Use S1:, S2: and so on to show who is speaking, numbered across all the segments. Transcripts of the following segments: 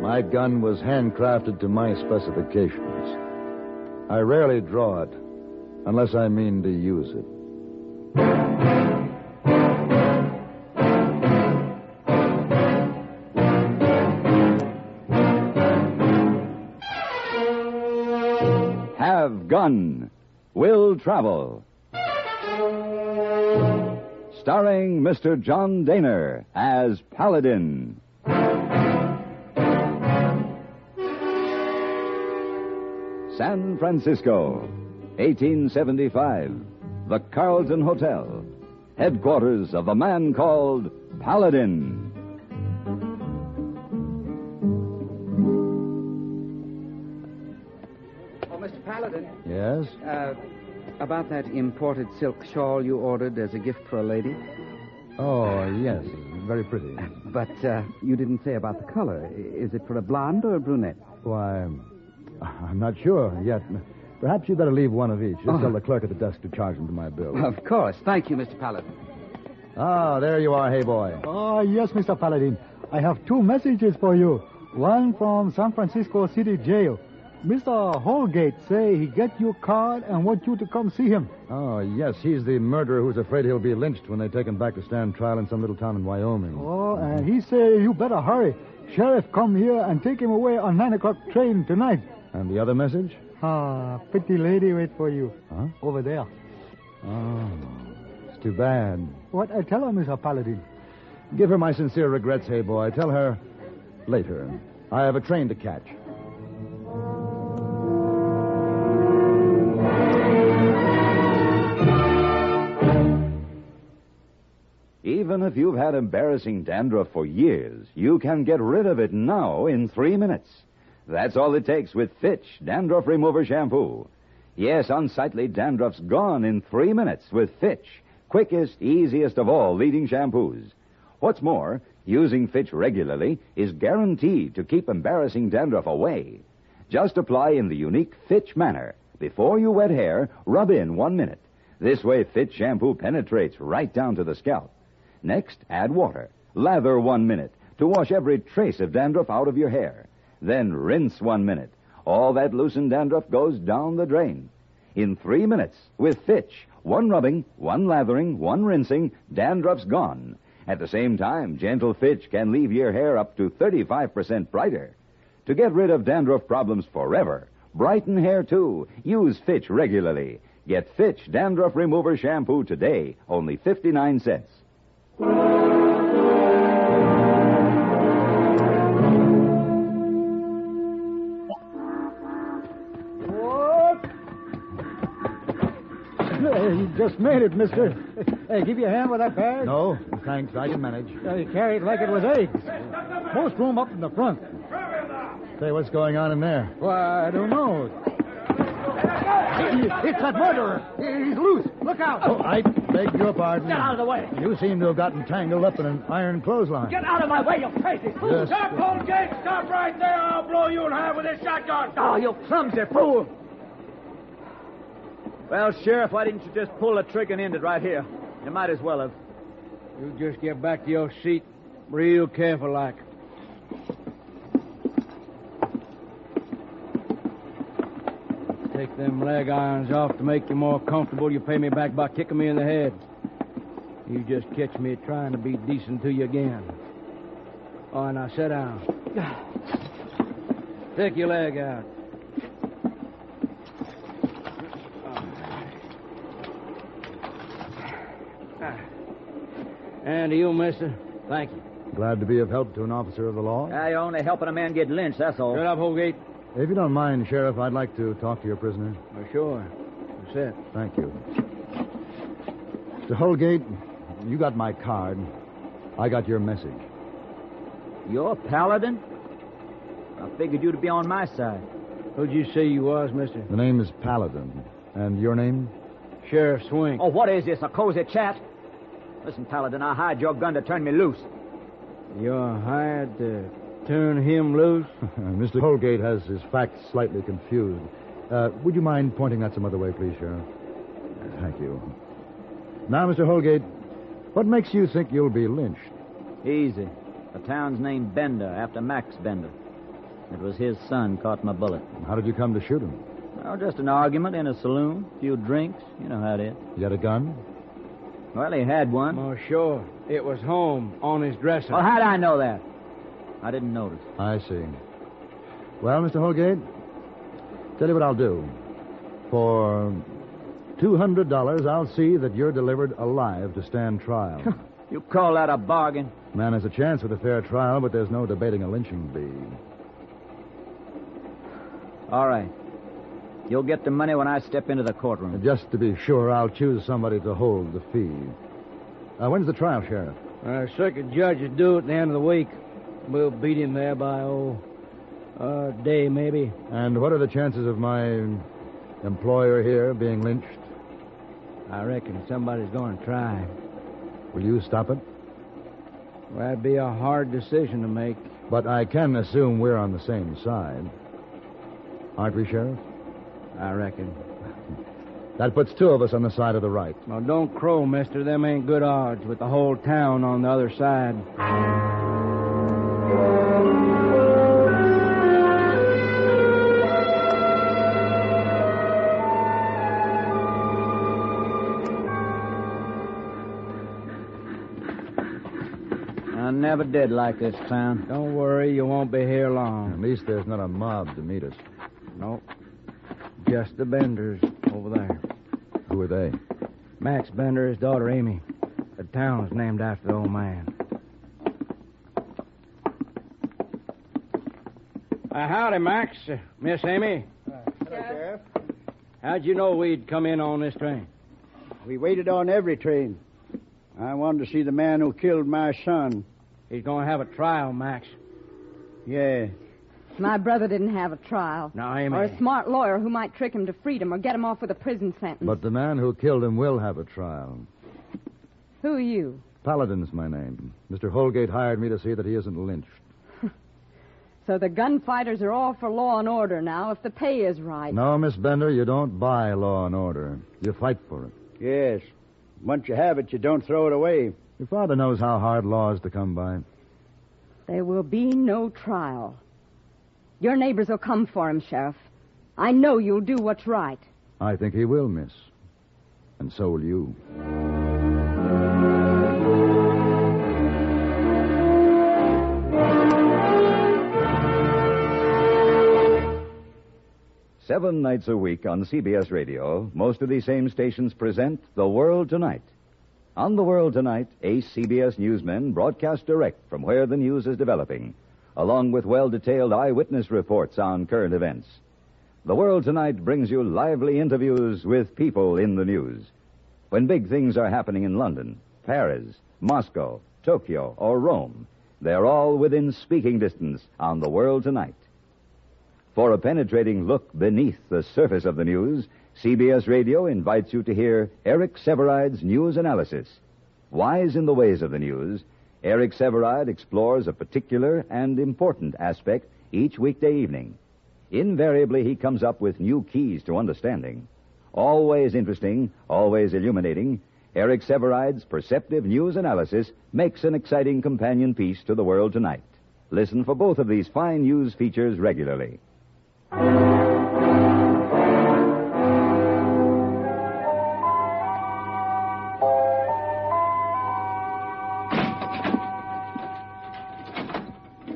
S1: My gun was handcrafted to my specifications. I rarely draw it unless I mean to use it.
S2: Have Gun Will Travel. Starring Mr. John Daner as Paladin. San Francisco, 1875. The Carlton Hotel, headquarters of a man called Paladin.
S3: Oh, Mr. Paladin,
S1: Yes?
S3: uh, about that imported silk shawl you ordered as a gift for a lady,
S1: Oh, yes. Very pretty.
S3: but uh, you didn't say about the color. I- Is it for a blonde or a brunette?
S1: Why, I'm not sure yet. Perhaps you'd better leave one of each. Just tell the clerk at the desk to charge them to my bill.
S3: Oh. Of course. Thank you, Mr. Paladin.
S1: Ah, there you are, hey boy.
S4: Ah, yes, Mr. Paladin. I have two messages for you. One from San Francisco City Jail. Mr. Holgate say he get your card and want you to come see him.
S1: Oh, yes, he's the murderer who's afraid he'll be lynched when they take him back to stand trial in some little town in Wyoming.
S4: Oh, and he say you better hurry. Sheriff come here and take him away on nine o'clock train tonight.
S1: And the other message?
S4: Ah, pretty lady wait for you.
S1: Huh?
S4: Over there.
S1: Oh, it's too bad.
S4: What I tell her, Mr. Paladin?
S1: Give her my sincere regrets, hey boy. Tell her later. I have a train to catch.
S2: Even if you've had embarrassing dandruff for years, you can get rid of it now in three minutes. That's all it takes with Fitch Dandruff Remover Shampoo. Yes, unsightly dandruff's gone in three minutes with Fitch, quickest, easiest of all leading shampoos. What's more, using Fitch regularly is guaranteed to keep embarrassing dandruff away. Just apply in the unique Fitch manner. Before you wet hair, rub in one minute. This way, Fitch shampoo penetrates right down to the scalp. Next, add water. Lather one minute to wash every trace of dandruff out of your hair. Then rinse one minute. All that loosened dandruff goes down the drain. In three minutes, with Fitch, one rubbing, one lathering, one rinsing, dandruff's gone. At the same time, gentle Fitch can leave your hair up to 35% brighter. To get rid of dandruff problems forever, brighten hair too. Use Fitch regularly. Get Fitch Dandruff Remover Shampoo today, only 59 cents.
S4: What? you just made it, mister. Hey, give you a hand with that bag?
S1: No, thanks. I can manage.
S4: Uh, He carried like it was eggs. Most room up in the front.
S1: Say, what's going on in there?
S4: Why, I don't know. It's that murderer. He's loose. Look out.
S1: Oh, I beg your pardon.
S5: Get out of the way.
S1: You seem to have gotten tangled up in an iron clothesline.
S5: Get out of my way, you crazy fool.
S1: Yes.
S5: Stop, old Jake. Stop right there. I'll blow you in half with this shotgun. Oh, you clumsy fool. Well, Sheriff, why didn't you just pull the trigger and end it right here? You might as well have.
S6: You just get back to your seat real careful like. Take them leg irons off to make you more comfortable. You pay me back by kicking me in the head. You just catch me trying to be decent to you again. Oh, now sit down. Take your leg out. And to you, mister, thank you.
S1: Glad to be of help to an officer of the law.
S7: you're only helping a man get lynched, that's all.
S6: Shut up, Holgate.
S1: If you don't mind, Sheriff, I'd like to talk to your prisoner.
S4: Uh,
S6: Oh, sure. That's it.
S1: Thank you. Mr. Holgate, you got my card. I got your message.
S7: You're a paladin? I figured you'd be on my side.
S6: Who'd you say you was, mister?
S1: The name is Paladin. And your name?
S6: Sheriff Swink.
S7: Oh, what is this, a cozy chat? Listen, paladin, I hired your gun to turn me loose.
S6: You're hired to turn him loose?
S1: Mr. Holgate has his facts slightly confused. Uh, would you mind pointing that some other way, please, Sheriff? Thank you. Now, Mr. Holgate, what makes you think you'll be lynched?
S7: Easy. The town's named Bender, after Max Bender. It was his son caught my bullet.
S1: How did you come to shoot him?
S7: Oh, just an argument in a saloon, a few drinks. You know how it is.
S1: You had a gun?
S7: Well, he had one.
S6: Oh, sure. It was home on his dresser.
S7: Well, how'd I know that? I didn't notice.
S1: I see. Well, Mr. Holgate, tell you what I'll do. For $200, I'll see that you're delivered alive to stand trial.
S7: You call that a bargain?
S1: Man has a chance with a fair trial, but there's no debating a lynching bee.
S7: All right. You'll get the money when I step into the courtroom.
S1: Just to be sure, I'll choose somebody to hold the fee. Uh, when's the trial, Sheriff?
S6: Our circuit judge is due at the end of the week. We'll beat him there by, oh, a day maybe.
S1: And what are the chances of my employer here being lynched?
S6: I reckon somebody's going to try.
S1: Will you stop it?
S6: Well, that'd be a hard decision to make.
S1: But I can assume we're on the same side. Aren't we, Sheriff?
S6: I reckon.
S1: That puts two of us on the side of the right.
S6: Now, don't crow, mister. Them ain't good odds with the whole town on the other side.
S7: I never did like this town.
S6: Don't worry, you won't be here
S1: At
S6: long.
S1: least there's not a mob to meet us.
S6: Nope. Just the Benders over there.
S1: Who are they?
S6: Max Bender, his daughter Amy. The town is named after the old man. Uh, howdy, Max. Uh, Miss Amy.
S8: Sheriff.
S6: How'd you know we'd come in on this train?
S8: We waited on every train. I wanted to see the man who killed my son.
S6: He's going to have a trial, Max.
S8: Yeah.
S9: My brother didn't have a trial.
S6: Now, Amy.
S9: Or a smart lawyer who might trick him to freedom or get him off with a prison sentence.
S1: But the man who killed him will have a trial.
S9: Who are you?
S1: Paladin's my name. Mr. Holgate hired me to see that he isn't lynched.
S9: So the gunfighters are all for law and order now, if the pay is right.
S1: No, Miss Bender, you don't buy law and order. You fight for it.
S8: Yes. Once you have it, you don't throw it away.
S1: Your father knows how hard law is to come by.
S9: There will be no trial. Your neighbors will come for him, Sheriff. I know you'll do what's right.
S1: I think he will, miss. And so will you.
S2: Seven nights a week on CBS Radio, most of these same stations present The World Tonight. On The World Tonight, ace CBS newsmen broadcast direct from where the news is developing, along with well detailed eyewitness reports on current events. The World Tonight brings you lively interviews with people in the news. When big things are happening in London, Paris, Moscow, Tokyo, or Rome, they're all within speaking distance on The World Tonight. For a penetrating look beneath the surface of the news, CBS Radio invites you to hear Eric Severide's news analysis. Wise in the ways of the news, Eric Severide explores a particular and important aspect each weekday evening. Invariably, he comes up with new keys to understanding. Always interesting, always illuminating, Eric Severide's perceptive news analysis makes an exciting companion piece to the world tonight. Listen for both of these fine news features regularly.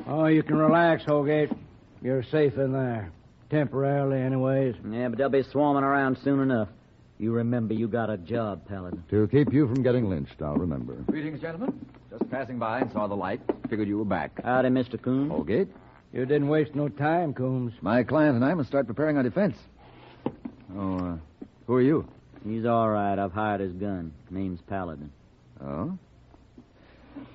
S6: Oh, you can relax, Holgate. You're safe in there. Temporarily, anyways.
S7: Yeah, but they'll be swarming around soon enough. You remember you got a job, Paladin.
S1: To keep you from getting lynched, I'll remember.
S10: Greetings, gentlemen. Just passing by and saw the light. Figured you were back.
S7: Howdy, Mr. Coombs.
S10: Holgate?
S6: You didn't waste no time, Coombs.
S10: My client and I must start preparing our defense. Oh, uh, who are you?
S7: He's all right. I've hired his gun. Name's Paladin.
S10: Oh?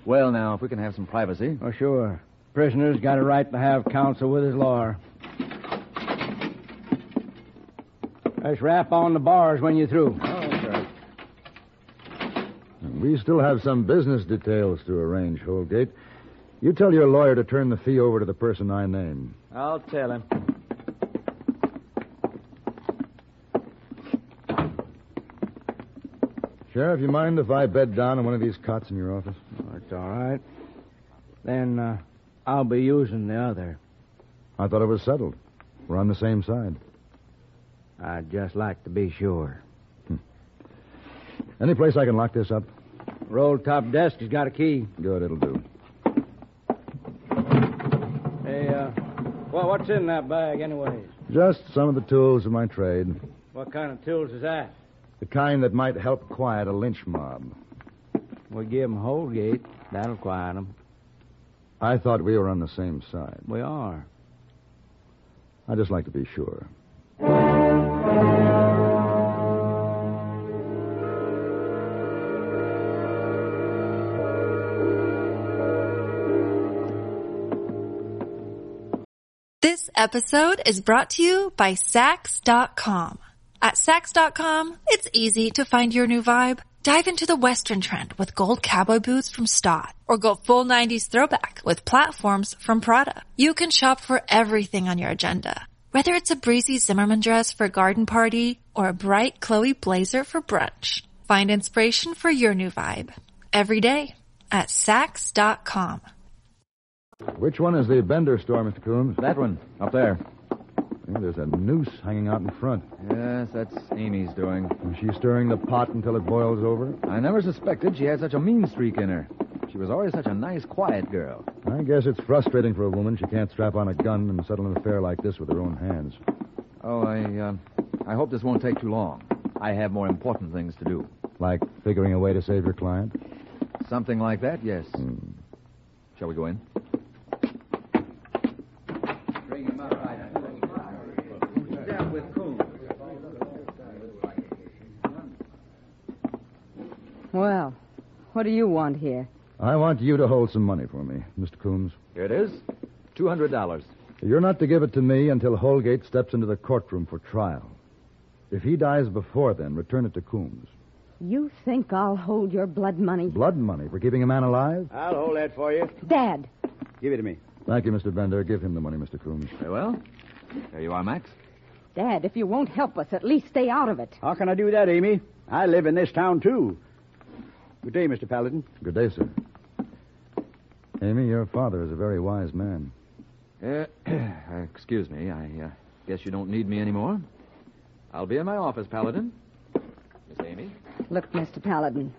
S10: Well, now, if we can have some privacy.
S6: Oh, sure. Prisoner's got a right to have counsel with his lawyer. Let's rap on the bars when you're through.
S1: We still have some business details to arrange, Holgate. You tell your lawyer to turn the fee over to the person I name.
S7: I'll tell him.
S1: Sheriff, you mind if I bed down on one of these cots in your office?
S6: That's all right. Then uh, I'll be using the other.
S1: I thought it was settled. We're on the same side.
S6: I'd just like to be sure.
S1: Any place I can lock this up?
S6: Roll top desk has got a key.
S1: Good, it'll do.
S6: Hey, uh, well, what's in that bag, anyways?
S1: Just some of the tools of my trade.
S6: What kind of tools is that?
S1: The kind that might help quiet a lynch mob.
S6: We give 'em Holgate. That'll quiet 'em.
S1: I thought we were on the same side.
S6: We are.
S1: I'd just like to be sure.
S11: This episode is brought to you by Sax.com. At Sax.com, it's easy to find your new vibe. Dive into the Western trend with gold cowboy boots from Stott or go full 90s throwback with platforms from Prada. You can shop for everything on your agenda. Whether it's a breezy Zimmerman dress for a garden party or a bright Chloe blazer for brunch, find inspiration for your new vibe every day at Sax.com.
S1: Which one is the Bender store, Mr. Coombs?
S10: That one, up there.
S1: Yeah, there's a noose hanging out in front.
S10: Yes, that's Amy's doing.
S1: Is she stirring the pot until it boils over?
S10: I never suspected she had such a mean streak in her. She was always such a nice, quiet girl.
S1: I guess it's frustrating for a woman. She can't strap on a gun and settle an affair like this with her own hands.
S10: Oh, I, uh, I hope this won't take too long. I have more important things to do.
S1: Like figuring a way to save your client?
S10: Something like that, yes.
S1: Hmm.
S10: Shall we go in?
S9: Well, what do you want here?
S1: I want you to hold some money for me, Mr. Coombs.
S10: Here it is. Two hundred dollars.
S1: You're not to give it to me until Holgate steps into the courtroom for trial. If he dies before then, return it to Coombs.
S9: You think I'll hold your blood money?
S1: Blood money for keeping a man alive?
S8: I'll hold that for you.
S9: Dad,
S8: Uh, Give it to me.
S1: Thank you, Mr. Bender. Give him the money, Mr. Coombs.
S10: Very well. There you are, Max.
S9: Dad, if you won't help us, at least stay out of it.
S8: How can I do that, Amy? I live in this town, too. Good day, Mr. Paladin.
S1: Good day, sir. Amy, your father is a very wise man.
S10: Uh, excuse me. I uh, guess you don't need me anymore. I'll be in my office, Paladin. Miss Amy.
S9: Look, Mr. Paladin,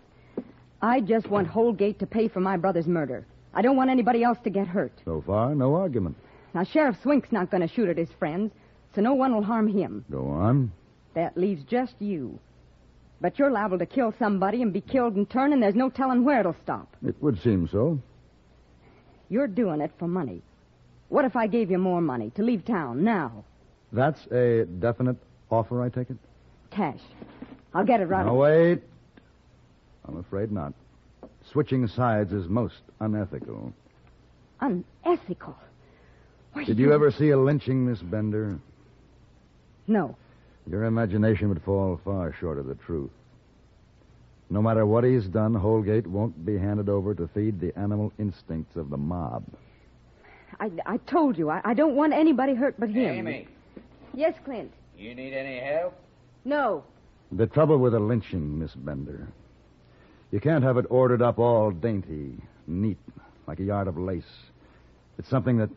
S9: I just want Holgate to pay for my brother's murder. I don't want anybody else to get hurt.
S1: So far, no argument.
S9: Now, Sheriff Swink's not going to shoot at his friends, so no one will harm him.
S1: Go on.
S9: That leaves just you. But you're liable to kill somebody and be killed in turn, and there's no telling where it'll stop.
S1: It would seem so.
S9: You're doing it for money. What if I gave you more money to leave town now?
S1: That's a definite offer, I take it?
S9: Cash. I'll get it right
S1: Now,
S9: away.
S1: wait. I'm afraid not. Switching sides is most unethical.
S9: Unethical. Why,
S1: Did you ever see a lynching, Miss Bender?
S9: No.
S1: Your imagination would fall far short of the truth. No matter what he's done, Holgate won't be handed over to feed the animal instincts of the mob.
S9: I, I told you, I, I don't want anybody hurt but him. Yes, Clint.
S5: you need any help?
S9: No.
S1: The trouble with a lynching, Miss Bender, you can't have it ordered up all dainty, neat, like a yard of lace. It's something that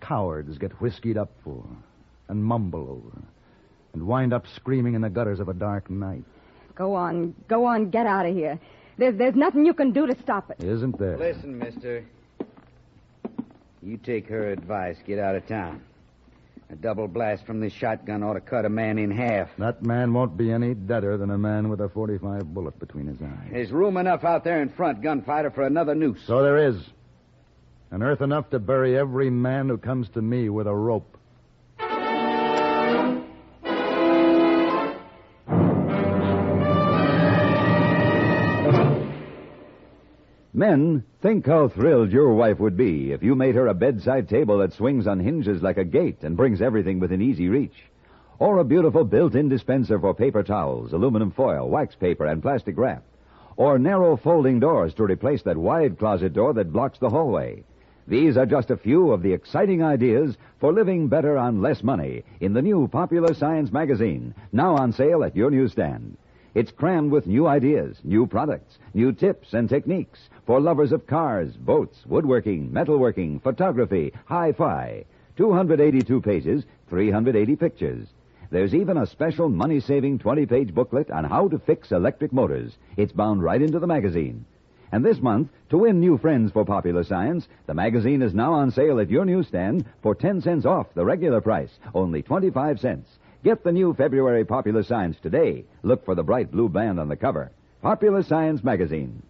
S1: cowards get whiskied up for and mumble over and wind up screaming in the gutters of a dark night,
S9: Go on. Go on. Get out of here. There's, there's nothing you can do to stop it.
S1: isn't there?
S3: Listen, mister. You take her advice. Get out of town. A double blast from this shotgun ought to cut a man in half.
S1: That man won't be any deader than a man with a 45 bullet between his eyes.
S3: There's room enough out there in front, gunfighter, for another noose.
S1: So there is. And earth enough to bury every man who comes to me with a rope.
S2: Men, think how thrilled your wife would be if you made her a bedside table that swings on hinges like a gate and brings everything within easy reach. Or a beautiful built in dispenser for paper towels, aluminum foil, wax paper, and plastic wrap. Or narrow folding doors to replace that wide closet door that blocks the hallway. These are just a few of the exciting ideas for living better on less money in the new Popular Science magazine, now on sale at your newsstand. It's crammed with new ideas, new products, new tips and techniques for lovers of cars, boats, woodworking, metalworking, photography, hi fi. 282 pages, 380 pictures. There's even a special money saving 20 page booklet on how to fix electric motors. It's bound right into the magazine. And this month, to win new friends for popular science, the magazine is now on sale at your newsstand for 10 cents off the regular price, only 25 cents. Get the new February Popular Science today. Look for the bright blue band on the cover. Popular Science Magazine.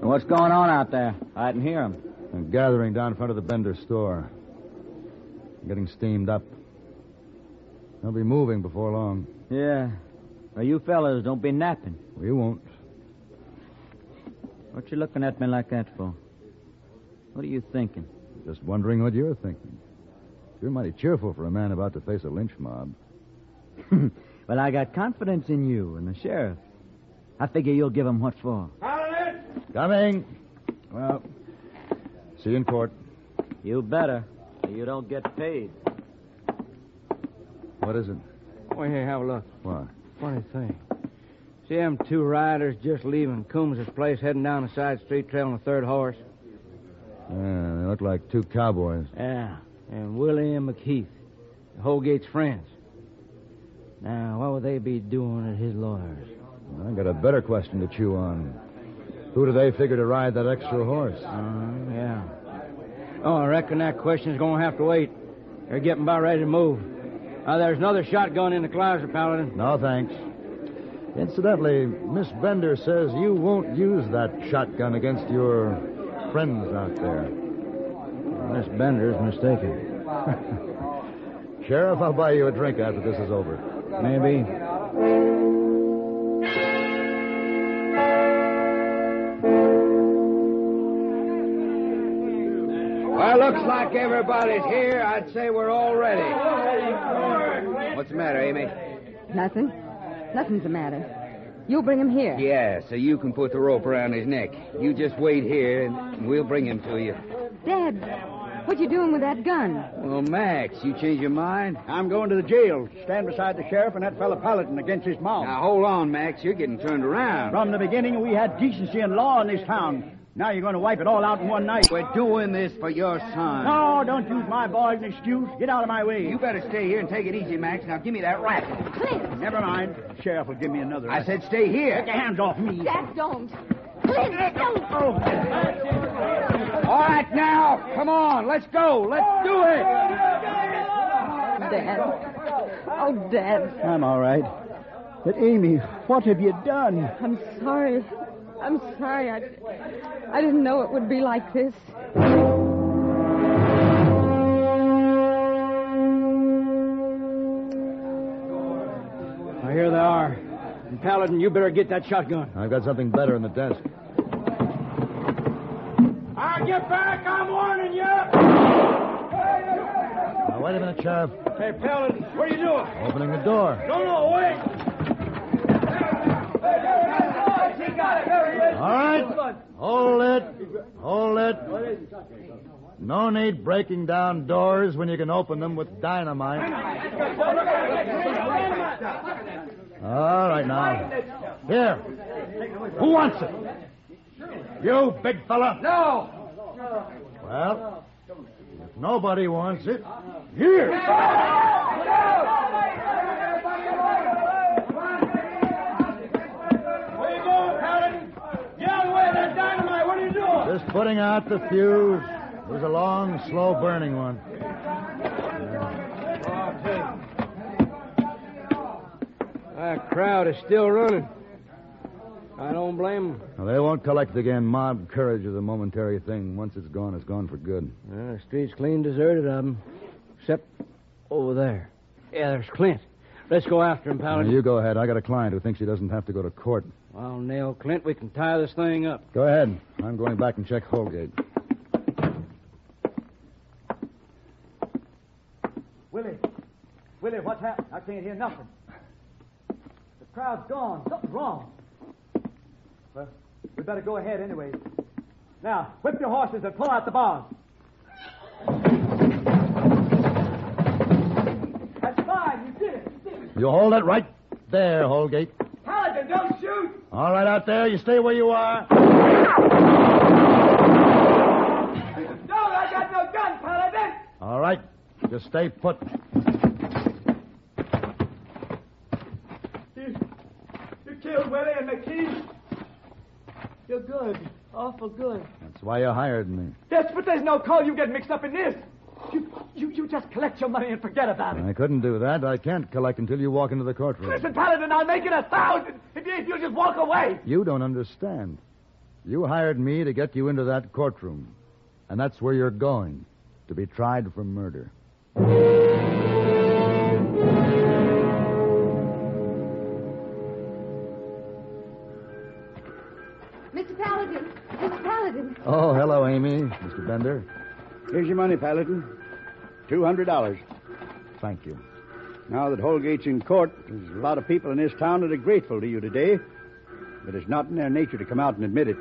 S7: What's going on out there? I didn't hear him.
S1: I'm gathering down front of the Bender store. I'm getting steamed up. They'll be moving before long.
S7: Yeah. Well, you fellas, don't be napping.
S1: We won't.
S7: What you looking at me like that for? What are you thinking?
S1: Just wondering what you're thinking. You're mighty cheerful for a man about to face a lynch mob.
S7: Well, I got confidence in you and the sheriff. I figure you'll give 'em what for.
S1: Coming. Well, see you in court.
S7: You better. or You don't get paid.
S1: What is it?
S6: Well, here, have a look.
S1: Why?
S6: Funny thing. See them two riders just leaving Coombs's place, heading down a side street, trailing a third horse?
S1: Yeah, they look like two cowboys.
S6: Yeah. And Willie and McKeith, Holgate's friends. Now, what would they be doing at his lawyer's?
S1: I got a better question to chew on. Who do they figure to ride that extra horse?
S6: yeah. Oh, I reckon that question's going to have to wait. They're getting about ready to move. Uh, there's another shotgun in the closet, Paladin.
S1: No, thanks. Incidentally, Miss Bender says you won't use that shotgun against your friends out there.
S6: Miss Bender's mistaken.
S1: Sheriff, I'll buy you a drink after this is over.
S6: Maybe.
S3: Well, looks like everybody's here. I'd say we're all ready. What's the matter, Amy?
S9: Nothing? Nothing's the matter. You'll bring him here.
S3: Yeah, so you can put the rope around his neck. You just wait here, and we'll bring him to you.
S9: Dad, what you doing with that gun?
S3: Well, Max, you change your mind?
S8: I'm going to the jail. Stand beside the sheriff and that fellow Paladin against his mouth.
S3: Now, hold on, Max. You're getting turned around.
S8: From the beginning, we had decency and law in this town. Now you're going to wipe it all out in one night.
S3: We're doing this for your son.
S8: No, don't use my boy as an excuse. Get out of my way.
S3: You better stay here and take it easy, Max. Now, give me that rifle.
S9: Clint!
S8: Never mind. The sheriff will give me another.
S3: I said stay here.
S8: Get your hands off me.
S9: Dad, don't. Clint, don't.
S12: oh,
S3: All right, now. Come on. Let's go. Let's do it.
S9: Dad. Oh, Dad.
S8: I'm all right. But, Amy, what have you done?
S9: I'm sorry. I'm sorry. I, I didn't know it would be like this.
S6: Well, here they are. And Paladin, you better get that shotgun.
S1: I've got something better in the desk.
S5: I get back, I'm warning you.
S1: Now, wait a minute, Sheriff.
S5: Hey, Paladin, what are you doing?
S1: Opening the door.
S5: No, no, wait.
S1: All right. Hold it. Hold it. No need breaking down doors when you can open them with dynamite. All right, now. Here. Who wants it? You, big fella.
S5: No.
S1: Well, if nobody wants it, here.
S4: putting out the fuse. It was a long, slow burning one.
S6: That crowd is still running. I don't blame them.
S1: Now, they won't collect again. Mob courage is a momentary thing. Once it's gone, it's gone for good.
S6: Ah, the street's clean deserted of them, except over there. Yeah, there's Clint. Let's go after him,
S1: Now,
S6: Paladin.
S1: you go ahead. I got a client who thinks he doesn't have to go to court.
S6: I'll nail Clint. We can tie this thing up.
S1: Go ahead. I'm going back and check Holgate.
S12: Willie, Willie, what's happened? I can't hear nothing. The crowd's gone. Something's wrong. Well, we better go ahead anyway. Now, whip your horses and pull out the bars. That's fine. You did it. You did it.
S1: You hold it right there, Holgate.
S5: Paladin, don't shoot!
S1: All right, out there. You stay where you are.
S5: No, I got no gun, Paladin!
S1: All right. Just stay put.
S5: You, you killed Willie and McKee. You're good. Awful good.
S1: That's why you hired me.
S12: Yes, but there's no call you get mixed up in this. You, you, you just collect your money and forget about it.
S1: I couldn't do that. I can't collect until you walk into the courtroom.
S12: Listen, Paladin, I'll make it a thousand if you, if you just walk away.
S1: You don't understand. You hired me to get you into that courtroom. And that's where you're going to be tried for murder.
S13: Mr. Paladin, Mr. Paladin.
S1: Oh, hello, Amy. Mr. Bender.
S8: Here's your money, Paladin. Two hundred dollars.
S1: Thank you.
S8: Now that Holgate's in court, there's a lot of people in this town that are grateful to you today. But it's not in their nature to come out and admit it.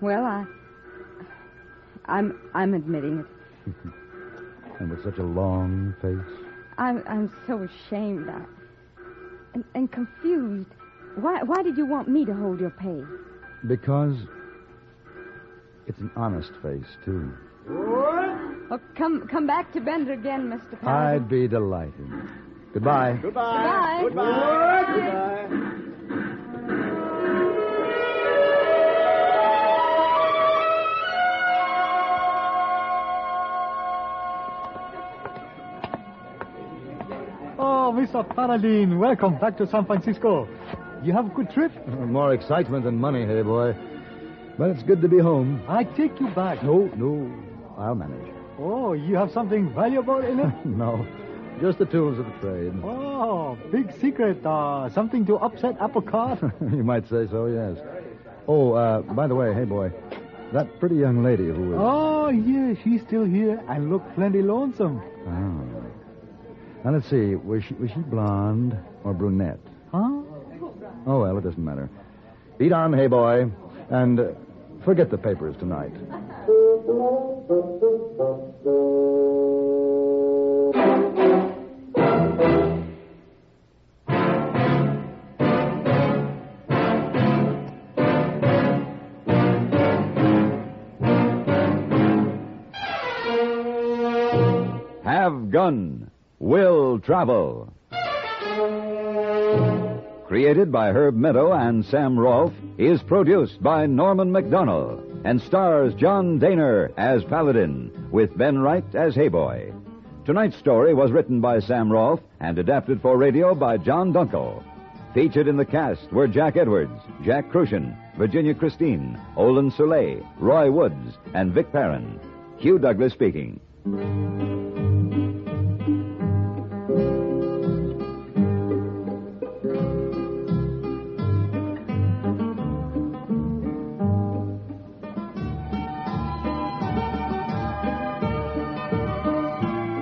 S9: Well, I. I'm, I'm admitting it.
S1: And with such a long face.
S9: I'm, I'm so ashamed. I, and, and confused. Why, why did you want me to hold your pay?
S1: Because it's an honest face, too.
S9: Oh, come, come back to Bender again, Mr. Paladin.
S1: I'd be delighted. Goodbye.
S9: Goodbye.
S5: Goodbye.
S4: Oh, Mr. Paladin, welcome back to San Francisco. You have a good trip?
S1: Uh, More excitement than money, hey boy. But it's good to be home.
S4: I take you back.
S1: No, no. I'll manage.
S4: Oh, you have something valuable in it?
S1: No. Just the tools of the trade.
S4: Oh, big secret. Uh, something to upset apple cart?
S1: you might say so, yes. Oh, uh, by the way, hey boy, that pretty young lady who was.
S4: oh, yeah, she's still here and look plenty lonesome.
S1: Oh. Ah. Now let's see, was she was she blonde or brunette?
S4: Huh?
S1: Oh well, it doesn't matter. Beat on, hey boy, and uh, forget the papers tonight.
S2: Have Gun, Will Travel. Created by Herb Meadow and Sam Rolfe, is produced by Norman McDonald and stars John Daner as Paladin, with Ben Wright as Hayboy. Tonight's story was written by Sam Rolfe and adapted for radio by John Dunkel. Featured in the cast were Jack Edwards, Jack Crucian, Virginia Christine, Olin Soleil, Roy Woods, and Vic Perrin. Hugh Douglas speaking.